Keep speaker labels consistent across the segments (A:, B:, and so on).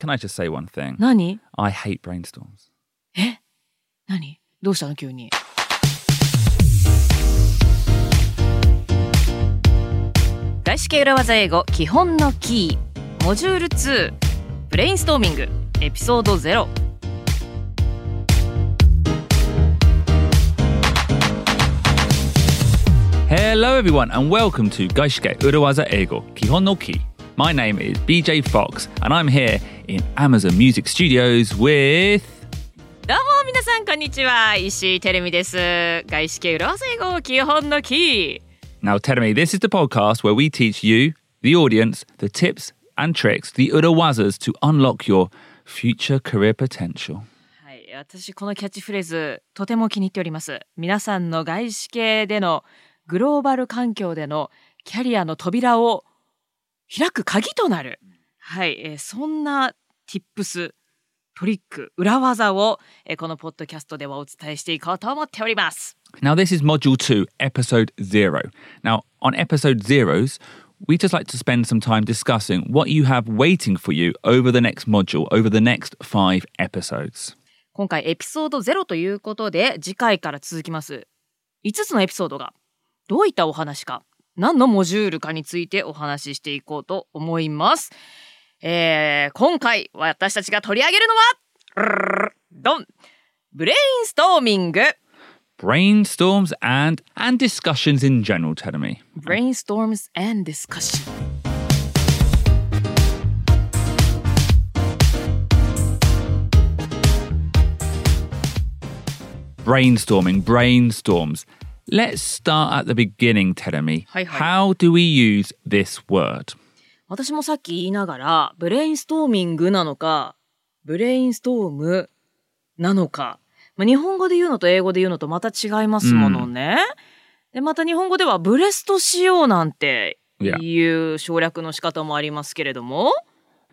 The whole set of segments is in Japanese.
A: can I just say one thing?
B: 何
A: I hate brainstorms.
B: え何どうしたの急に。外資系裏技英語基本のキーモジュール2ブレインストーミングエピソード0
A: Hello, everyone, and welcome to Gaishike Urawaza Ego Kihon no Ki. My name is BJ Fox, and I'm here in Amazon Music Studios with.
B: どうも皆さんこんにちは石井てるみです外資系裏技英語基本のキー
A: Now, tell me, this is the podcast where we teach you, the audience, the tips and tricks, the Urawazas to unlock your future career potential.
B: はい私このキャッチフレーズとても気に入っております皆さんの外資系でのグローバル環境でのキャリアの扉を開く鍵となるはい、えーそんな tips トリック裏技を、えーこのポッドキャストではお伝えしていこうと思っております
A: Now, this is Module 2, Episode 0. Now, on Episode 0s, we just like to spend some time discussing what you have waiting for you over the next module, over the next five episodes.
B: 今回エピソード0ということで次回から続きます5つのエピソードがどういったお話か何のモジュールかについてお話ししていこうと思います、えー今回私たちが取り上げるのはドンブレインストーミング
A: Brainstorms and and discussions in general, tell me.
B: Brainstorms and Discussion
A: brainstorming, brainstorms. Let's start at the beginning, Teremi.
B: Hi, hi.
A: How do we use this word?
B: 私もさっき言いながらブレインストーミングなのかブレインストームなのか、まあ、日本語で言うのと英語で言うのとまた違いますものね。でまた日本語ではブレストしようなんていう省略の仕方もありますけれども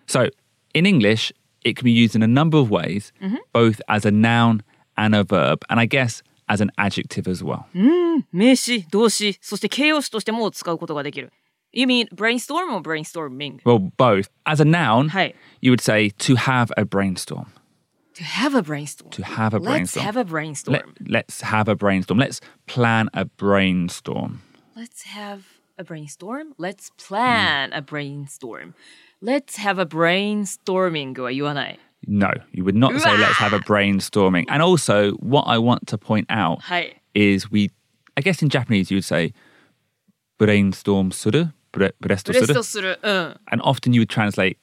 A: So, in English, it can be used in a number of ways, both as a noun and a verb, and I guess as an adjective as well.
B: うん名詞動詞そして形容詞としても使うことができる。You mean brainstorm or brainstorming?
A: Well, both. As a noun,
B: はい。
A: you would say to have a brainstorm.
B: To have a brainstorm.
A: To have a
B: Let's
A: brainstorm.
B: have a brainstorm.
A: Let, let's have a brainstorm. Let's plan a brainstorm.
B: Let's have a brainstorm. Let's plan a brainstorm. Let's have a brainstorming は言わない。
A: No, you would not say let's have a brainstorming. And also, what I want to point out
B: はい。
A: is we, I guess in Japanese you would say brainstorm suru, bre-
B: ブ
A: bresto
B: レスト
A: suru,
B: する。うん。
A: and often you would translate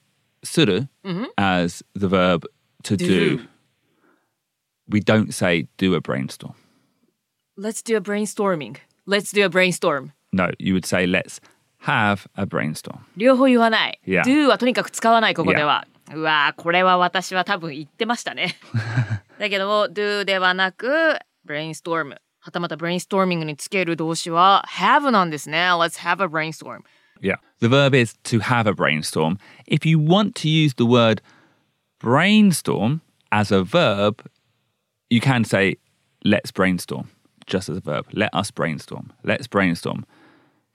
A: suru as the verb to do.
B: do.
A: We don't say do a brainstorm.
B: Let's do a brainstorming. Let's do a brainstorm.
A: No, you would say let's have a brainstorm.
B: 両方言わない。
A: Yeah.
B: Do はとにかく使わない、ここでは。うわーこれは私は多分言ってました ね。だけども、do ではなく、brainstorm。はたまた brainstorming につける動詞は have なんですね。Let's have a brainstorm.
A: Yeah. The verb is to have a brainstorm. If you want to use the word brainstorm as a verb, you can say let's brainstorm just as a verb. Let us brainstorm. Let's brainstorm.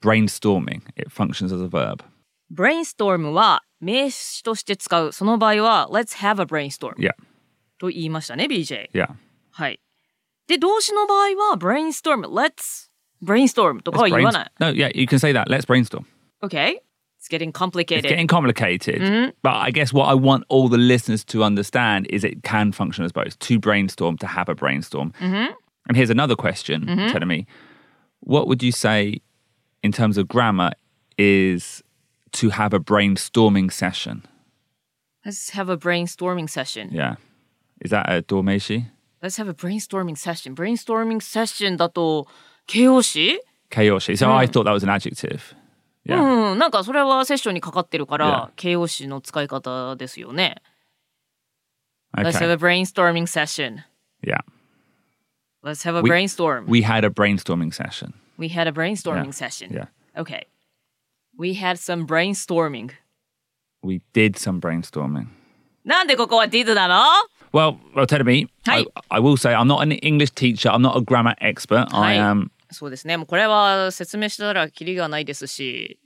A: Brainstorming, it functions as a verb.
B: brainstorm は名詞として使う。その場合は、let's have a brainstorm
A: Yeah.
B: と言いましたね、BJ。
A: Yeah.
B: はい。で、動詞の場合は、brainstorm、let's brainstorm とかは
A: Let's
B: 言わ
A: brains-
B: ない。
A: no, yeah, you can say that. Let's brainstorm.
B: Okay? It's getting
A: It's
B: complicated.
A: getting
B: Mm-hmm.
A: complicated. But I guess what I want all the listeners to understand is it can function as both to brainstorm, to have a brainstorm.
B: Mm-hmm.
A: And here's another question, telling me what would you say in terms of grammar is to have a brainstorming session?
B: Let's have a brainstorming session.
A: Yeah. Is that a dormeshi?
B: Let's have a brainstorming session. brainstorming session だと、形容詞
A: Kayoshi. So
B: Hmm.
A: I thought that was an adjective. Yeah.
B: うん、なんかそれはセッションにかかってるから、
A: Yeah.
B: 形容詞の使い方ですよね。Let's have
A: Okay.
B: a brainstorming session.
A: Yeah.
B: Let's have a
A: We-
B: brainstorm.
A: We had a brainstorming session.
B: We had a
A: Yeah,
B: brainstorming session.
A: yeah.
B: Okay. We had some brainstorming.
A: We did some brainstorming.
B: なんでここは did なの
A: Well, well, Teddy, me, I,
B: Hi.
A: I will say I'm not an English teacher. I'm not a grammar expert. I
B: Hi.
A: am.
B: そうですね。もうこれは説明したらキリがないですし、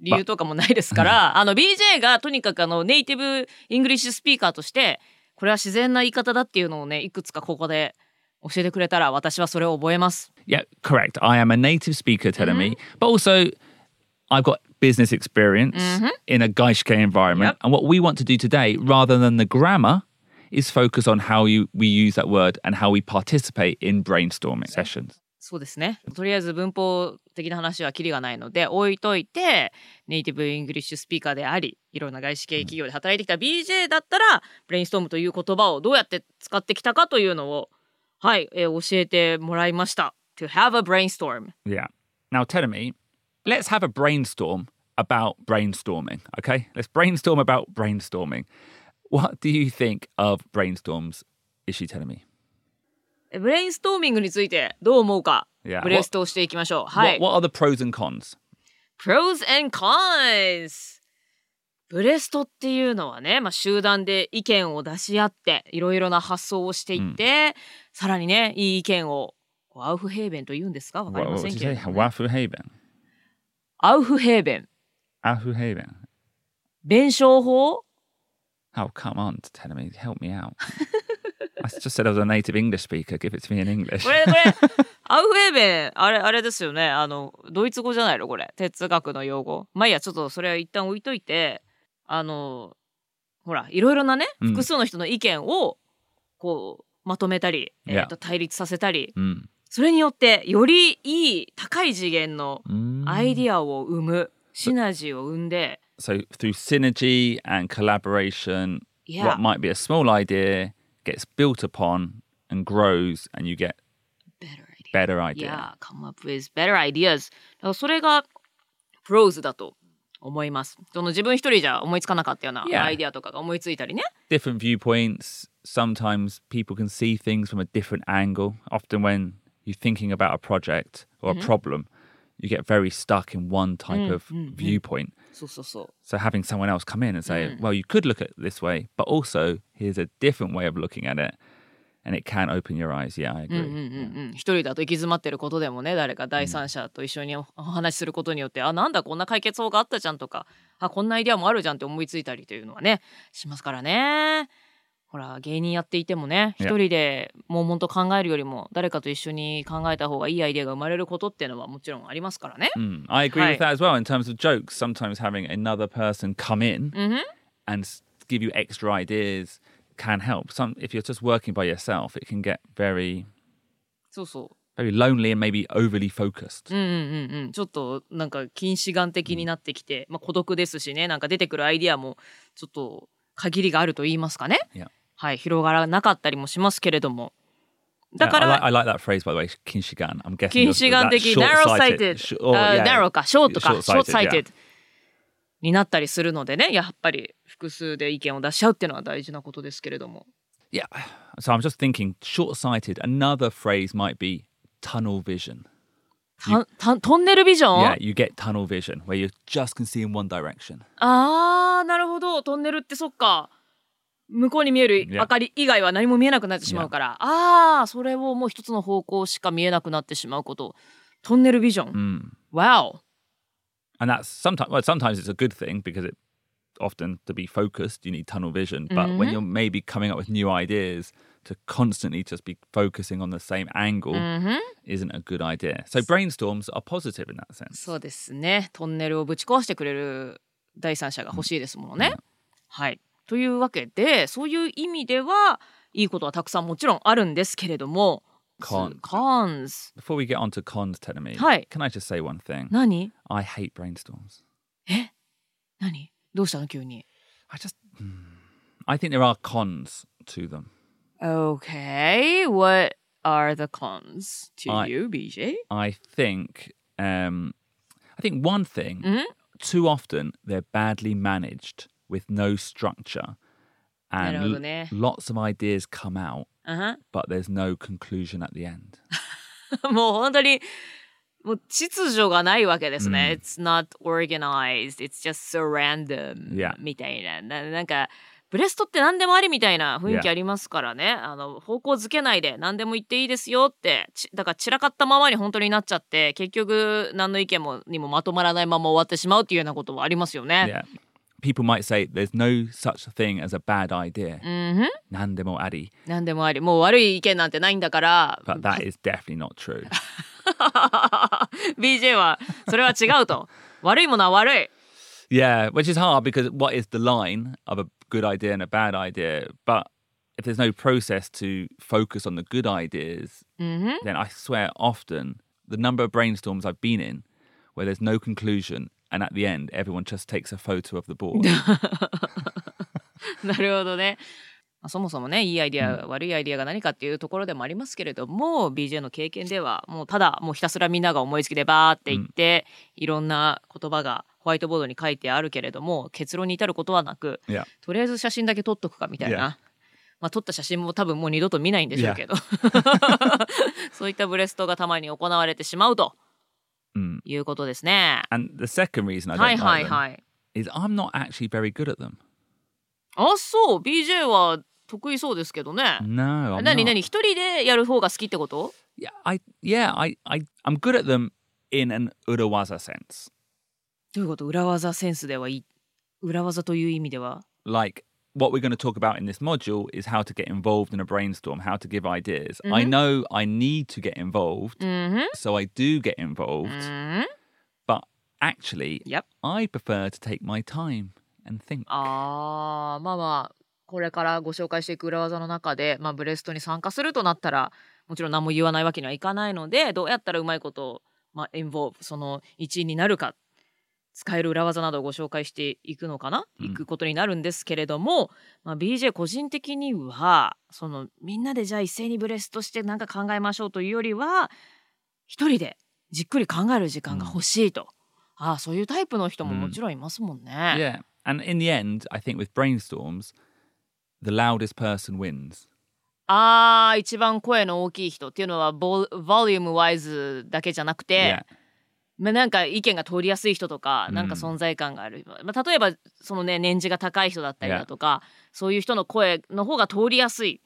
B: 理由とかもないですから、あの BJ がとにかくあのネイティブイングリッシュスピーカーとして、これは自然な言い方だっていうのをね、いくつかここで教えてくれたら私はそれを覚えます。
A: Yeah, correct. I am a native speaker, Telemi, but also I've got business experience in a Gaishke environment.
B: Yep.
A: And what we want to do today, rather than the grammar, is focus on how you we use that word and how we participate in brainstorming sessions.
B: そうですね。とりあえず文法的な話はキリがないので置いといて、ネイティブイングリッシュスピーカーであり、いろんな外資系企業で働いてきた BJ だったら、ブレインストームという言葉をどうやって使ってきたかというのを、はい、えー教えてもらいました。To have a brainstorm.
A: Yeah. Now, Telemi, let's have a brainstorm about brainstorming. Okay, let's brainstorm about brainstorming. What do you think of brainstorms? Is she telling me?
B: えブレインストーミングについてどう思うか、
A: Yeah.
B: ブレストをしていきましょう。はい。
A: What, what are the pros and cons?
B: pros and cons ブレストっていうのはね、まあ、集団で意見を出し合っていろいろな発想をしていって、さらにねいい意見をこうアウフヘーベンと言うんですかわかり
A: What,
B: ま
A: what
B: せ
A: did
B: ん
A: you
B: けれ
A: say?
B: ど
A: Wafflehaven.
B: アウフヘーベン
A: Ahuhaven.
B: 弁証法
A: Oh, come on, Telemi, help me out. I just said I was a native English speaker. Give it to me in English.
B: これこれ アウフヘーベンあれあれですよねあのドイツ語じゃないのこれ哲学の用語まあいいやちょっとそれは一旦置いといてあのほらいろいろなね
A: うん
B: 複数の人の意見をこうまとめたり、
A: い
B: え
A: や
B: ーと対立させたり
A: Mm.
B: それによってよりいい高い次元の
A: Mm.
B: アイディアを生むシナジーを生んで
A: So through synergy and collaboration,
B: い
A: what
B: や
A: might be a small idea gets built upon and grows, and you get
B: better idea
A: better
B: い
A: idea.
B: や come up with better ideas だからそれがプローズだと思いますその自分一人じゃ思いつかなかったような
A: Yeah.
B: アイディアとかが思いついたりね
A: Different viewpoints. Sometimes people can see things from a different angle. Often, when you're thinking about a project or a problem, you get very stuck in one type of viewpoint.
B: そうそうそう
A: So having someone else come in and say, "Well, you could look at it this way, but also here's a different way of looking at it," and it can open your eyes. Yeah, I agree.
B: うんうんうん、一人だと行き詰まってることでもね誰か第三者と一緒におお話しすることによって、あなんだこんな解決法があったじゃんとかあこんなアイデアもあるじゃんって思いついたりというのはねしますからねほら芸人やっていてもね
A: い
B: 一
A: や
B: 人で悶々と考えるよりも誰かと一緒に考えた方がいいアイデアが生まれることっていうのはもちろんありますからね。
A: Mm, I agree
B: Hi.
A: with that as well. In terms of jokes, sometimes having another person come in
B: Mhm.
A: and s- give you extra ideas can help. Some, if you're just working by yourself, it can get very,
B: そうそう
A: very lonely and maybe overly focused.
B: うんうんうんうん、ちょっとなんか近視眼的になってきて、まあ、孤独ですしねなんか出てくるアイディアもちょっと限りがあると言いますかね
A: いや、
B: はい、広がらなかったりもしますけれどもだか
A: I, like,
B: ら
A: I like that phrase by the way, kinshigan. I'm guessing
B: 近
A: you're-
B: 視眼
A: that's
B: 的 narrow
A: short-sighted.
B: sighted、
A: Sh- or, yeah,
B: あ narrow か short か
A: short-sighted,
B: short sighted
A: yeah.
B: になったりするのでねやっぱり複数で意見を出し合うっていうのは大事なことですけれども
A: Yeah. So I'm just thinking, short-sighted. Another phrase might be tunnel vision.
B: たたトンネルビジョン、
A: Yeah, you get tunnel vision where you just can see in one direction.
B: あーなるほどトンネルってそっか向こうに見える
A: Yeah.
B: 明かり以外は何も見えなくなってしまうから、あーそれをもう一つの方向しか見えなくなってしまうことトンネルビジョン、
A: Mm.
B: わお
A: and that's sometimes well sometimes it's a good thing because it often to be focused you need tunnel vision but when you're maybe coming up with new ideas to constantly just be focusing on the same angle
B: Mm.
A: isn't a good idea so brainstorms are positive in that sense
B: そうですねトンネルをぶち壊してくれる第三者が欲しいですものね、はいというわけでそういう意味ではいいことはたくさんもちろんあるんですけれども
A: Cons
B: コンズ
A: before we get on to cons Tenemy,
B: Hi.
A: can i just say one thing
B: 何
A: i hate brainstorms
B: 何どうしたの急に
A: i just hmm, i think there are cons to them
B: Okay, what are the cons to
A: I-
B: you, BJ?
A: i think um i think one thing
B: Mhm.
A: too often they're badly managed with no structure
B: なるほど
A: and
B: ね。
A: lots of ideas come out
B: うん
A: but there's no conclusion at the end
B: もう本当にもう秩序がないわけです
A: う
B: ね。It's not organized, it's just so random
A: Yeah.
B: みたいなな。なんかブレストって何でもありみたいな雰囲気ありますからね、あの方向づけないで何でも言っていいですよってちだから散らかったままに本当になっちゃって結局何の意見もにもまとまらないまま終わってしまうっていうようなことはありますよね。
A: Yeah. People might say there's no such thing as a bad idea.
B: うんふん、
A: Nandemo Adi.
B: 何でもありもう悪い意見なんてないんだから
A: But that is definitely not true.
B: BJ はそれは違 うと悪いものは悪い
A: yeah, which is hard because what is the line of a good idea and a bad idea? But if there's no process to focus on the good ideas,
B: うんふん
A: then I swear often the number of brainstorms I've been in where there's no conclusion and at the end everyone just takes a photo of the board.
B: なるほどね。まあそもそもねいいアイディア、悪いアイディアが何かっていうところでもありますけれども BJ の経験ではもうただもうひたすらみんなが思いつきでバーって言って、いろんな言葉がホワイトボードに書いてあるけれども結論に至ることはなく
A: yeah.
B: とりあえず写真だけ撮っとくかみたいな。
A: Yeah.
B: まあ、撮った写真も多分もう二度と見ないんでしょうけど そういったブレストがたまに行われてしまうと
A: Mm.
B: いうことですね。
A: And the second reason I
B: はい
A: don't
B: は
A: like
B: い
A: them
B: はい。
A: is I'm not actually very good at them.
B: あそう BJ は得意そうですけどね。
A: Uh, No, I'm
B: なに
A: not.
B: なに一人でやる方が好きってこと？
A: Yeah, I yeah, I, I I'm good at them in an Urawaza sense.
B: どういうこと？裏技センスではい裏技という意味では。
A: Like what we're going to talk about in this module is how to get involved in a brainstorm, how to give ideas. I know I need to get involved,
B: うんふん。
A: so I do get involved,
B: うん。
A: but actually
B: Mm. Yep.
A: I prefer to take my time and think.
B: ああ、まあまあこれからご紹介していく裏技の中で、まあブレストに参加するとなったら、もちろん何も言わないわけにはいかないので、どうやったらうまいことをまあエンボその一位になるか。使える裏技などをご紹介していくのかな、
A: うん
B: いくことになるんですけれども、まあ、BJ 個人的にはそのみんなでじゃあ一斉にブレストして何か考えましょうというよりは一人でじっくり考える時間が欲しいと、ああそういうタイプの人ももちろんいますもんね。
A: Yeah. And in the end, I think with brainstorms, the loudest person wins.
B: あー一番声の大きい人っていうのはボボリュームワイズだけじゃなくて、まあ、なんか意見が通りやすい人とか、
A: うん
B: なんか存在感がある、まあ、例えばそのね年次が高い人だったりだとか、そういう人の声の方が通りやすい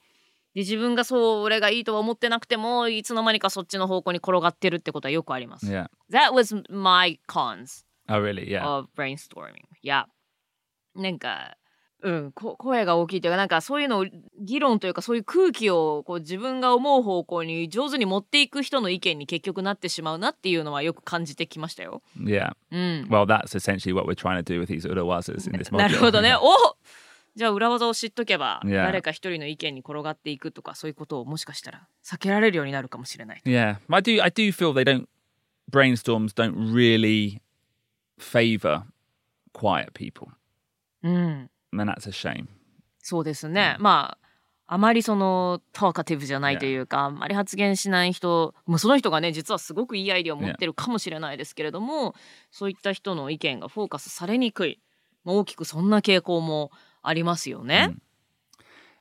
B: で自分がそう俺がいいとは思ってなくてもいつの間にかそっちの方向に転がってるってことはよくあります。
A: Yeah. Yeah.
B: That was my cons
A: Oh, really? Yeah.
B: of brainstorming. Yeah. なんか、うん、こ声が大きいというか、なんかそういうのを議論というか、そういう空気をこう自分が思う方向に上手に持っていく人の意見に結局なってしまうなっていうのはよく感じてきましたよ。
A: Yeah.
B: うん。
A: Well, that's essentially what we're trying to do with these urawazas in this module.
B: なるほどね。おじゃあ裏技を知っとけば、
A: Yeah.
B: 誰か一人の意見に転がっていくとか、そういうことをもしかしたら避けられるようになるかもしれない。
A: yeah, I do. I do feel they don't. Brainstorms don't really favour quiet people,
B: うん。
A: and that's a shame.
B: そうですね、まああまりそのトーカティブじゃないというか、あんまり発言しない人もうその人がね実はすごくいいアイディアを持ってるかもしれないですけれども、そういった人の意見がフォーカスされにくい、まあ、大きくそんな傾向もありますよね、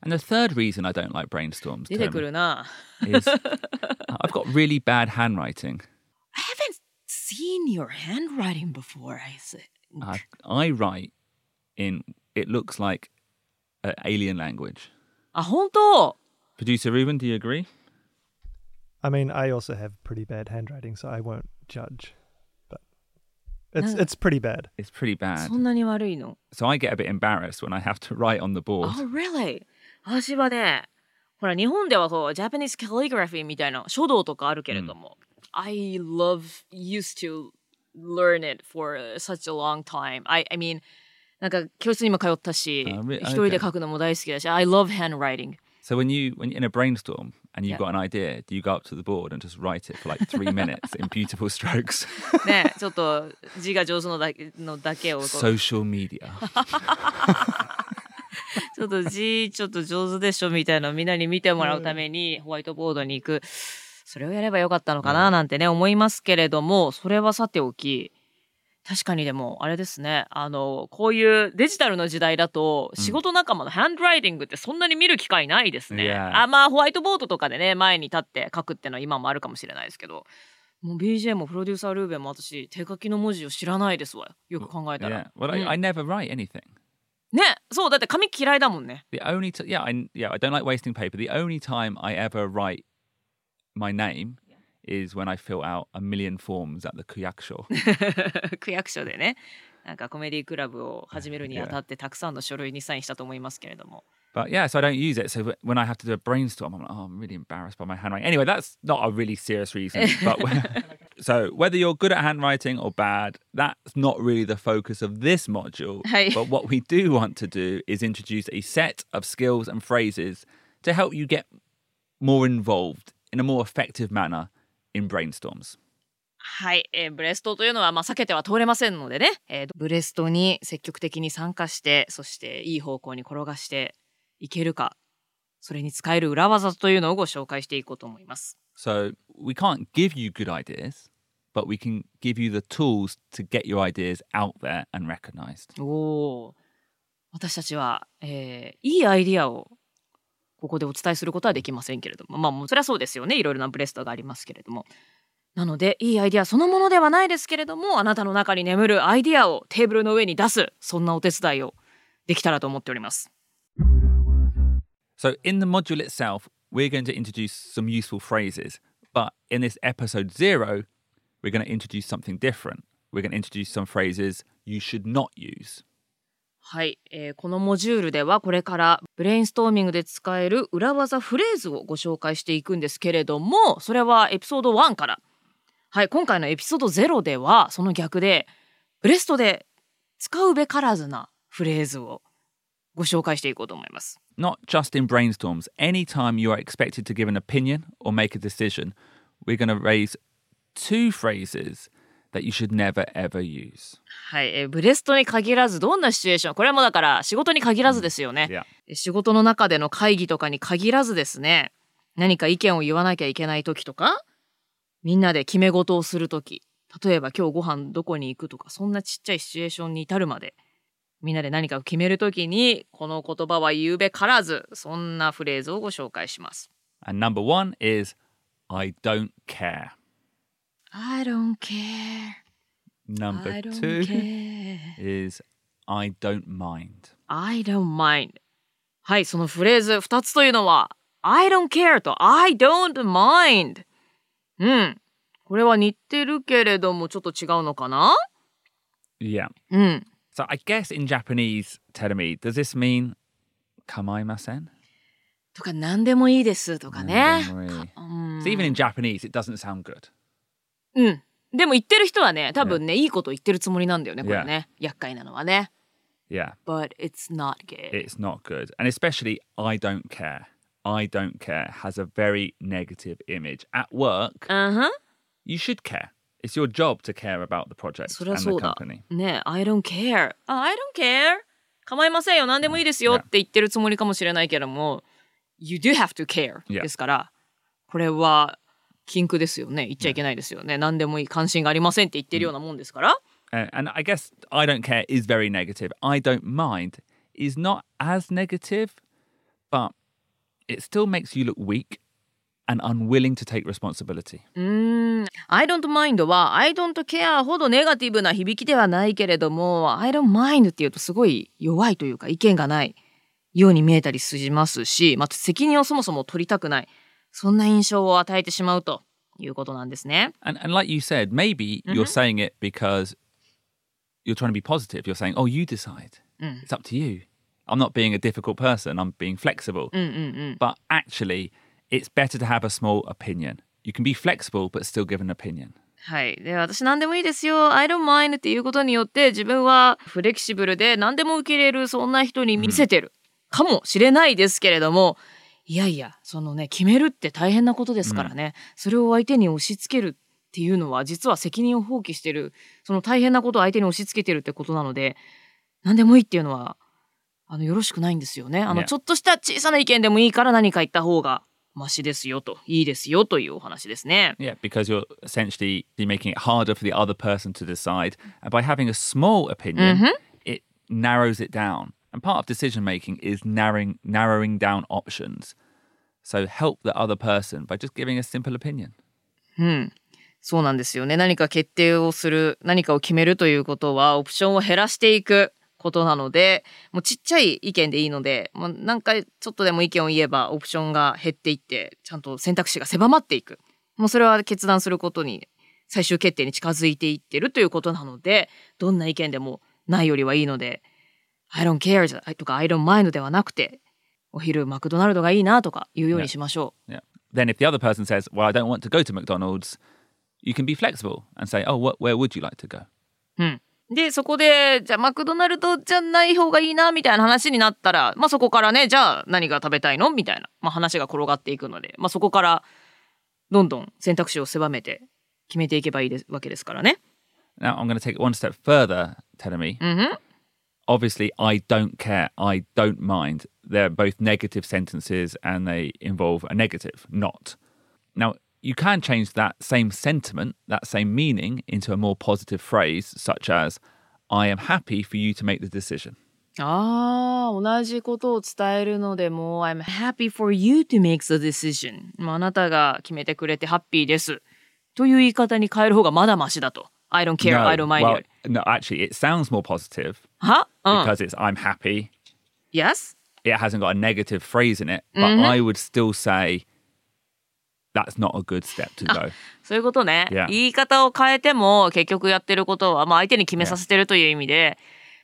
A: And the third reason I don't like brainstorms
B: 出てく
A: Jeremy,
B: るな
A: is I've got really bad handwriting.
B: I haven't seen your handwriting before I said
A: I, I write in it looks like an alien language.
B: あ本当
A: Producer Ruben, do you agree?
C: I mean, I also have pretty bad handwriting, so I won't judge. But it's
B: No.
C: it's pretty bad.
A: It's pretty bad.
B: そんなに悪いの
A: So I get a bit embarrassed when I have to write on the board.
B: あ、really? 私はね、ほら、日本ではこう、ジャパニーズ calligraphy みたいな書道とかあるけれども、I love, used to learn it for such a long time. I, I mean, なんか教室にも通ったし、
A: あ
B: 一
A: re-
B: 人で書くのも大好きだし、I love handwriting.
A: So when you when you're in a brainstorm and you've
B: Yeah.
A: got an idea, do you go up to the board and just write it for like three minutes in beautiful strokes?
B: ね、ちょっと字が上手のだけのだけをこう
A: Social media.
B: ちょっと字ちょっと上手でしょみたいなのをみんなに見てもらうためにホワイトボードに行く。それをやればよかったのかななんてね、思いますけれども、それはさておき、確かにでも、あれですね、あの、こういうデジタルの時代だと、仕事仲間のハンドライティングってそんなに見る機会ないですね。
A: Yeah.
B: あ、まあ、ホワイトボードとかでね、前に立って書くってのは今もあるかもしれないですけど、もう BJ もプロデューサールーベンも私、手書きの文字を知らないですわ。よく考えた
A: Yeah.
B: ら。
A: Well, I,
B: うん
A: I never write anything.
B: ねそうだって紙嫌いだもんね
A: The only t- yeah, I yeah, I don't like wasting paper. The only time I ever write my name is when I fill out a million forms at the kuyakusho.
B: 区役所でねなんかコメディクラブを始めるにあたってたくさんの書類にサインしたと思いますけれども
A: but yeah, so I don't use it. So wh- when I have to do a brainstorm, I'm like, oh, I'm really embarrassed by my handwriting. Anyway, that's not a really serious reason. But wh- so whether you're good at handwriting or bad, that's not really the focus of this module.
B: Hey.
A: But what we do want to do is introduce a set of skills and phrases to help you get more involved in a more effective manner in brainstorms.
B: はい、えーブレストというのはまあ避けては通れませんのでね、えーブレストに積極的に参加してそしていい方向に転がしていけるかそれに使える裏技というのをご紹介していこうと思います。
A: So we can't give you good ideas, but we can give you the tools to get your ideas out there and recognized.
B: おお私たちは、えーいいアイディアをここでお伝えすることはできませんけれどもまあもうそれはそうですよねいろいろなブレストがありますけれどもなのでいいアイディアそのものではないですけれどもあなたの中に眠るアイディアをテーブルの上に出すそんなお手伝いをできたらと思っております。
A: So in the module itself, we're going to introduce some useful phrases, but in this episode 0, we're going to introduce something different. We're going to introduce some phrases you should not use.
B: はい、えーこのモジュールではこれからブレインストーミングで使える裏技フレーズをご紹介していくんですけれどもそれはエピソード1からはい今回のエピソード0ではその逆でブレストで使うべからずなフレーズをご紹介していこうと思います。
A: Not just in brainstorms, anytime you are expected to give an opinion or make a decision, we're going to raise two phrases that you should never ever use.
B: はい、えーブレストに限らずどんなシチュエーションこれはもうだから仕事に限らずですよね。
A: Yeah.
B: 仕事の中での会議とかに限らずですね何か意見を言わなきゃいけない時とかみんなで決め事をする時例えば今日ご飯どこに行くとかそんなちっちゃいシチュエーションに至るまでみんなで何かを決める時にこの言葉は言うべからずそんなフレーズをご紹介します。
A: And number one is I don't care.
B: I don't care.
A: Number
B: I don't
A: two
B: care.
A: is I don't mind.
B: I don't mind. はい、そのフレーズ2つというのは I don't care と I don't mind。うん。これは似てるけれどもちょっと違うのかな
A: Yeah.
B: うん。
A: So I guess in Japanese, Terumi, does this mean kamaimasen?
B: とか何でもいいですとかね。
A: Don't worry.
B: うん。
A: So even in Japanese, it doesn't sound good.
B: うん。でも言ってる人はね、多分ね、いいこと言ってるつもりなんだよね、これね。厄介なのはね。
A: Yeah,
B: But it's not good.
A: it's not good. And especially I don't care. I don't care has a very negative image. At work,
B: うんふん
A: you should care. It's your job to care about the project
B: そ
A: and
B: りゃそ
A: the
B: うだ
A: company.。
B: ねえ I don't care. あ I don't care. 構いませんよ。何でもいいですよって言ってるつもりかもしれないけども、You do have to care.
A: Yeah.
B: ですから、これは禁句ですよね。言っちゃいけないですよね。何でもいい。関心がありませんって言ってるようなもんですから。
A: Uh, and I guess I don't care is very negative. I don't mind is not as negative, but it still makes you look weak and unwilling to take responsibility.
B: うーん。I don't mind は I don't care ほどネガティブな響きではないけれども、I don't mind っていうとすごい弱いというか意見がないように見えたりしますし、また責任をそもそも取りたくない。そんな印象を与えてしまうということなんですね。
A: And and like you said, maybe you're saying it because you're trying to be positive. You're saying, "Oh, you decide. It's up to you. I'm not being a difficult person. I'm being flexible." But actually, it's better to have a small opinion. You can be flexible but still give an opinion.
B: はい。で、私何でもいいですよ。I don't mind っていうことによって自分はフレキシブルで何でも受け入れるそんな人に見せてるかもしれないですけれども、いやいや、そのね、決めるって大変なことですからね。それを相手に押し付けるっていうのは実は責任を放棄してる、その大変なことを相手に押し付けてるってことなので、何でもいいっていうのは、あの、よろしくないんですよね。あの、
A: ね
B: ちょっとした小さな意見でもいいから何か言った方がマシですよと、いいですよというお話ですね。
A: Yeah, because you're essentially making it harder for the other person to decide. And by having a small opinion, it narrows it down. And part of decision making is narrowing narrowing down options. So help the other person by just giving a simple opinion.
B: そうなんですよね。何か決定をする、何かを決めるということは、オプションを減らしていくことなので、もうちっちゃい意見でいいので、もう何回ちょっとでも意見を言えばオプションが減っていって、ちゃんと選択肢が狭まっていく。もうそれは決断することに、最終決定に近づいていってるということなので、どんな意見でもないよりはいいので、I don't care じゃとか I don't mind ではなくて、お昼マクドナルドがいいなとか言うようにしましょう。
A: Yeah. Then if the other person says, "Well, I don't want to go to McDonald's," you can be flexible and say, "Oh, what, where would you like to go?"
B: で、そこで、じゃあマクドナルドじゃない方がいいな、みたいな話になったら、まあそこからね、じゃあ何が食べたいのみたいな、まあ話が転がっていくので、まあそこから、どんどん選択肢を狭めて決めていけばいいですわけですからね。
A: Now I'm going to take it one step further, Telemi.
B: Mhm.
A: Obviously, I don't care. I don't mind. They're both negative sentences and they involve a negative, not. Now, you can change that same sentiment, that same meaning, into a more positive phrase, such as, I am happy for you to make the decision.
B: ああ、同じことを伝えるのでもう、I'm happy for you to make the decision。まああなたが決めてくれてハッピーです。という言い方に変える方がまだマシだと。I don't care, I don't mind. Uh.
A: well,
B: より
A: no, actually, it sounds more positive
B: はうん。
A: because it's I'm happy.
B: Yes?
A: It hasn't got a negative phrase in it, but I would still say that's not a good step to go.
B: そういうことね。
A: Yeah.
B: 言い方を変えても結局やってることは、まあ、相手に決めさせてるという意味で、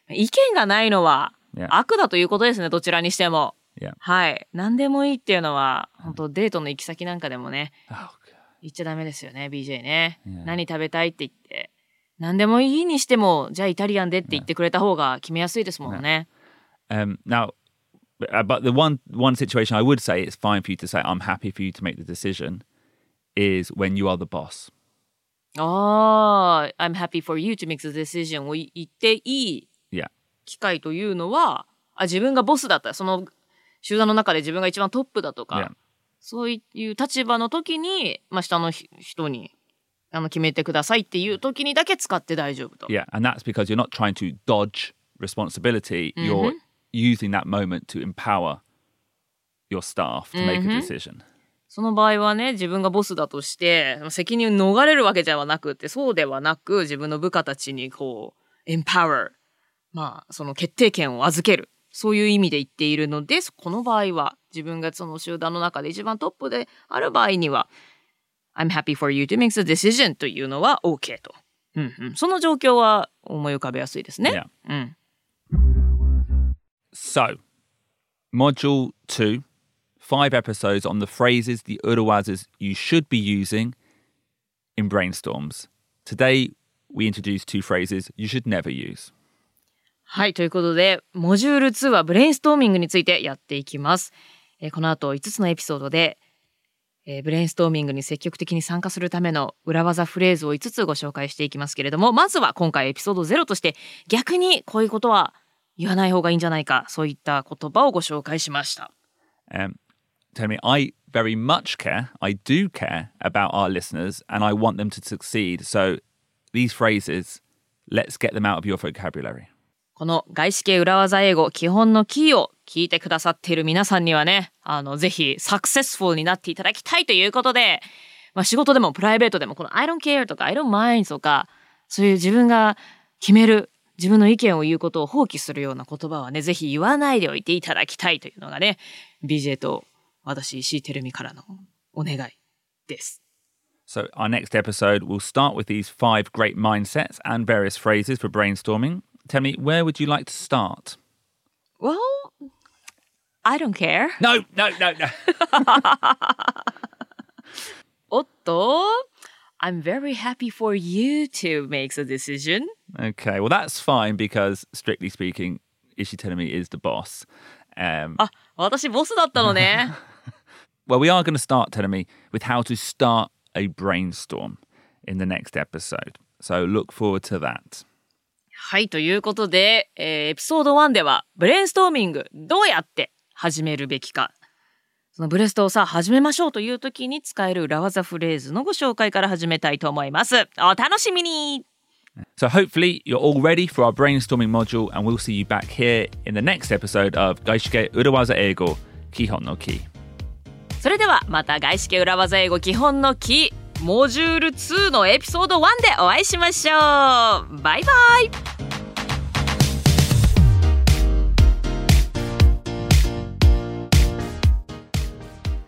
B: 意見がないのは
A: Yeah.
B: 悪だということですね、どちらにしても。
A: Yeah.
B: はい。何でもいいっていうのは、本当デートの行き先なんかでもね、
A: Oh, God.
B: 言っちゃダメですよね、BJ ね。
A: Yeah.
B: 何食べたいって言って。何でもいいにしても、じゃあイタリアンでって言ってくれた方が決めやすいですもんね。
A: Um, now, uh, but the one one situation I would say it's fine for you to say I'm happy for you to make the decision is when you are the boss.
B: ああ、I'm happy for you to make the decision を言っていい
A: Yeah,
B: 機会というのはあ自分がボスだったその集団の中で自分が一番トップだとか、
A: Yeah.
B: そういう立場の時に、まあ、下のひ人にあの決めてくださいっていう時にだけ使って大丈夫と。
A: yeah, and that's because you're not trying to dodge responsibility. You're using that moment to empower your staff to make a decision.
B: その場合はね、自分がボスだとして、責任を逃れるわけではなくて、そうではなく、自分の部下たちにこう、empower。まあ、その決定権を預ける。そういう意味で言っているので、この場合は、自分がその集団の中で一番トップである場合には、I'm happy for you to make the decision というのは OK と。うんうん。その状況は思い浮かべやすいですね。うん。
A: So, module two, five episodes on the phrases, the uruwazas you should be using in brainstorms. Today, we introduce two phrases you should never use.
B: はい、ということで、モジュール2はブレインストーミングについてやっていきます。えーこの後5つのエピソードで、えーブレインストーミングに積極的に参加するための裏技フレーズを5つご紹介していきますけれども、まずは今回エピソード0として、逆にこういうことは言わない方がいいんじゃないか、そういった言葉をご紹介しました。
A: Um, tell me, I very much care. I do care about our listeners and I want them to succeed. So these phrases, let's get them out of your vocabulary.
B: この外資系裏技英語基本のキーを聞いてくださっている皆さんにはね、あの、ぜひサクセスフルになっていただきたいということで、まあ仕事でもプライベートでもこの I don't care とか I don't mind とか、そういう自分が決める、自分の意見を言うことを放棄するような言葉はね、ぜひ言わないでおいていただきたいというのがね、BJ と私、石井てるみからのお願いです。
A: So our next episode will start with these five great mindsets and various phrases for brainstorming. Tell me, where would you like to start?
B: Well, I don't care.
A: No, no, no, no.
B: おっと I'm very happy for you to make the decision.
A: okay, well that's fine because strictly speaking, Ishitenami is the boss. Um,
B: あ、私ボスだったのね。
A: Well, we are going to start telling me with how to start a brainstorm in the next episode. So look forward to that.
B: はい、ということで、えーエピソード1では、ブレインストーミング、どうやって始めるべきか。そのブレストをさ、始めましょうという時に使える裏技フレーズのご紹介から始めたいと思います。お楽しみに
A: So hopefully you're all ready for our brainstorming module, and we'll see you back here in the next episode of Gaishike Urawaza Eigo Kihon no Ki.
B: それでは、また外資系裏技英語基本のキー、モジュール2のエピソード1でお会いしましょうバイバイ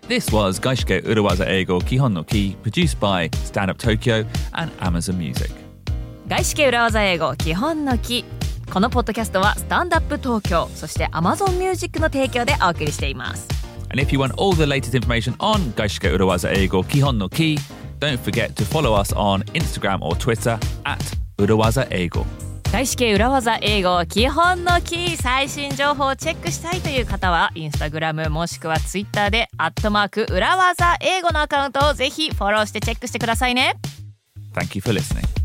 A: This was Gaishike Urawaza Eigo Kihon no Ki, produced by Stand Up Tokyo and Amazon Music.
B: 外資系裏技英語基本の木このポッドキャストはスタンダップ東京そして Amazon Music の提供でお送りしています
A: And if you want all the latest information on Gaishike Urawaza Eigo Kihon no Ki, don't forget to follow us on Instagram or Twitter at Urawaza Eigo.
B: 外資系裏技英語基本の木最新情報をチェックしたいという方はインスタグラムもしくはツイッターでアットマーク裏技英語のアカウントをぜひフォローしてチェックしてくださいね
A: Thank you for listening.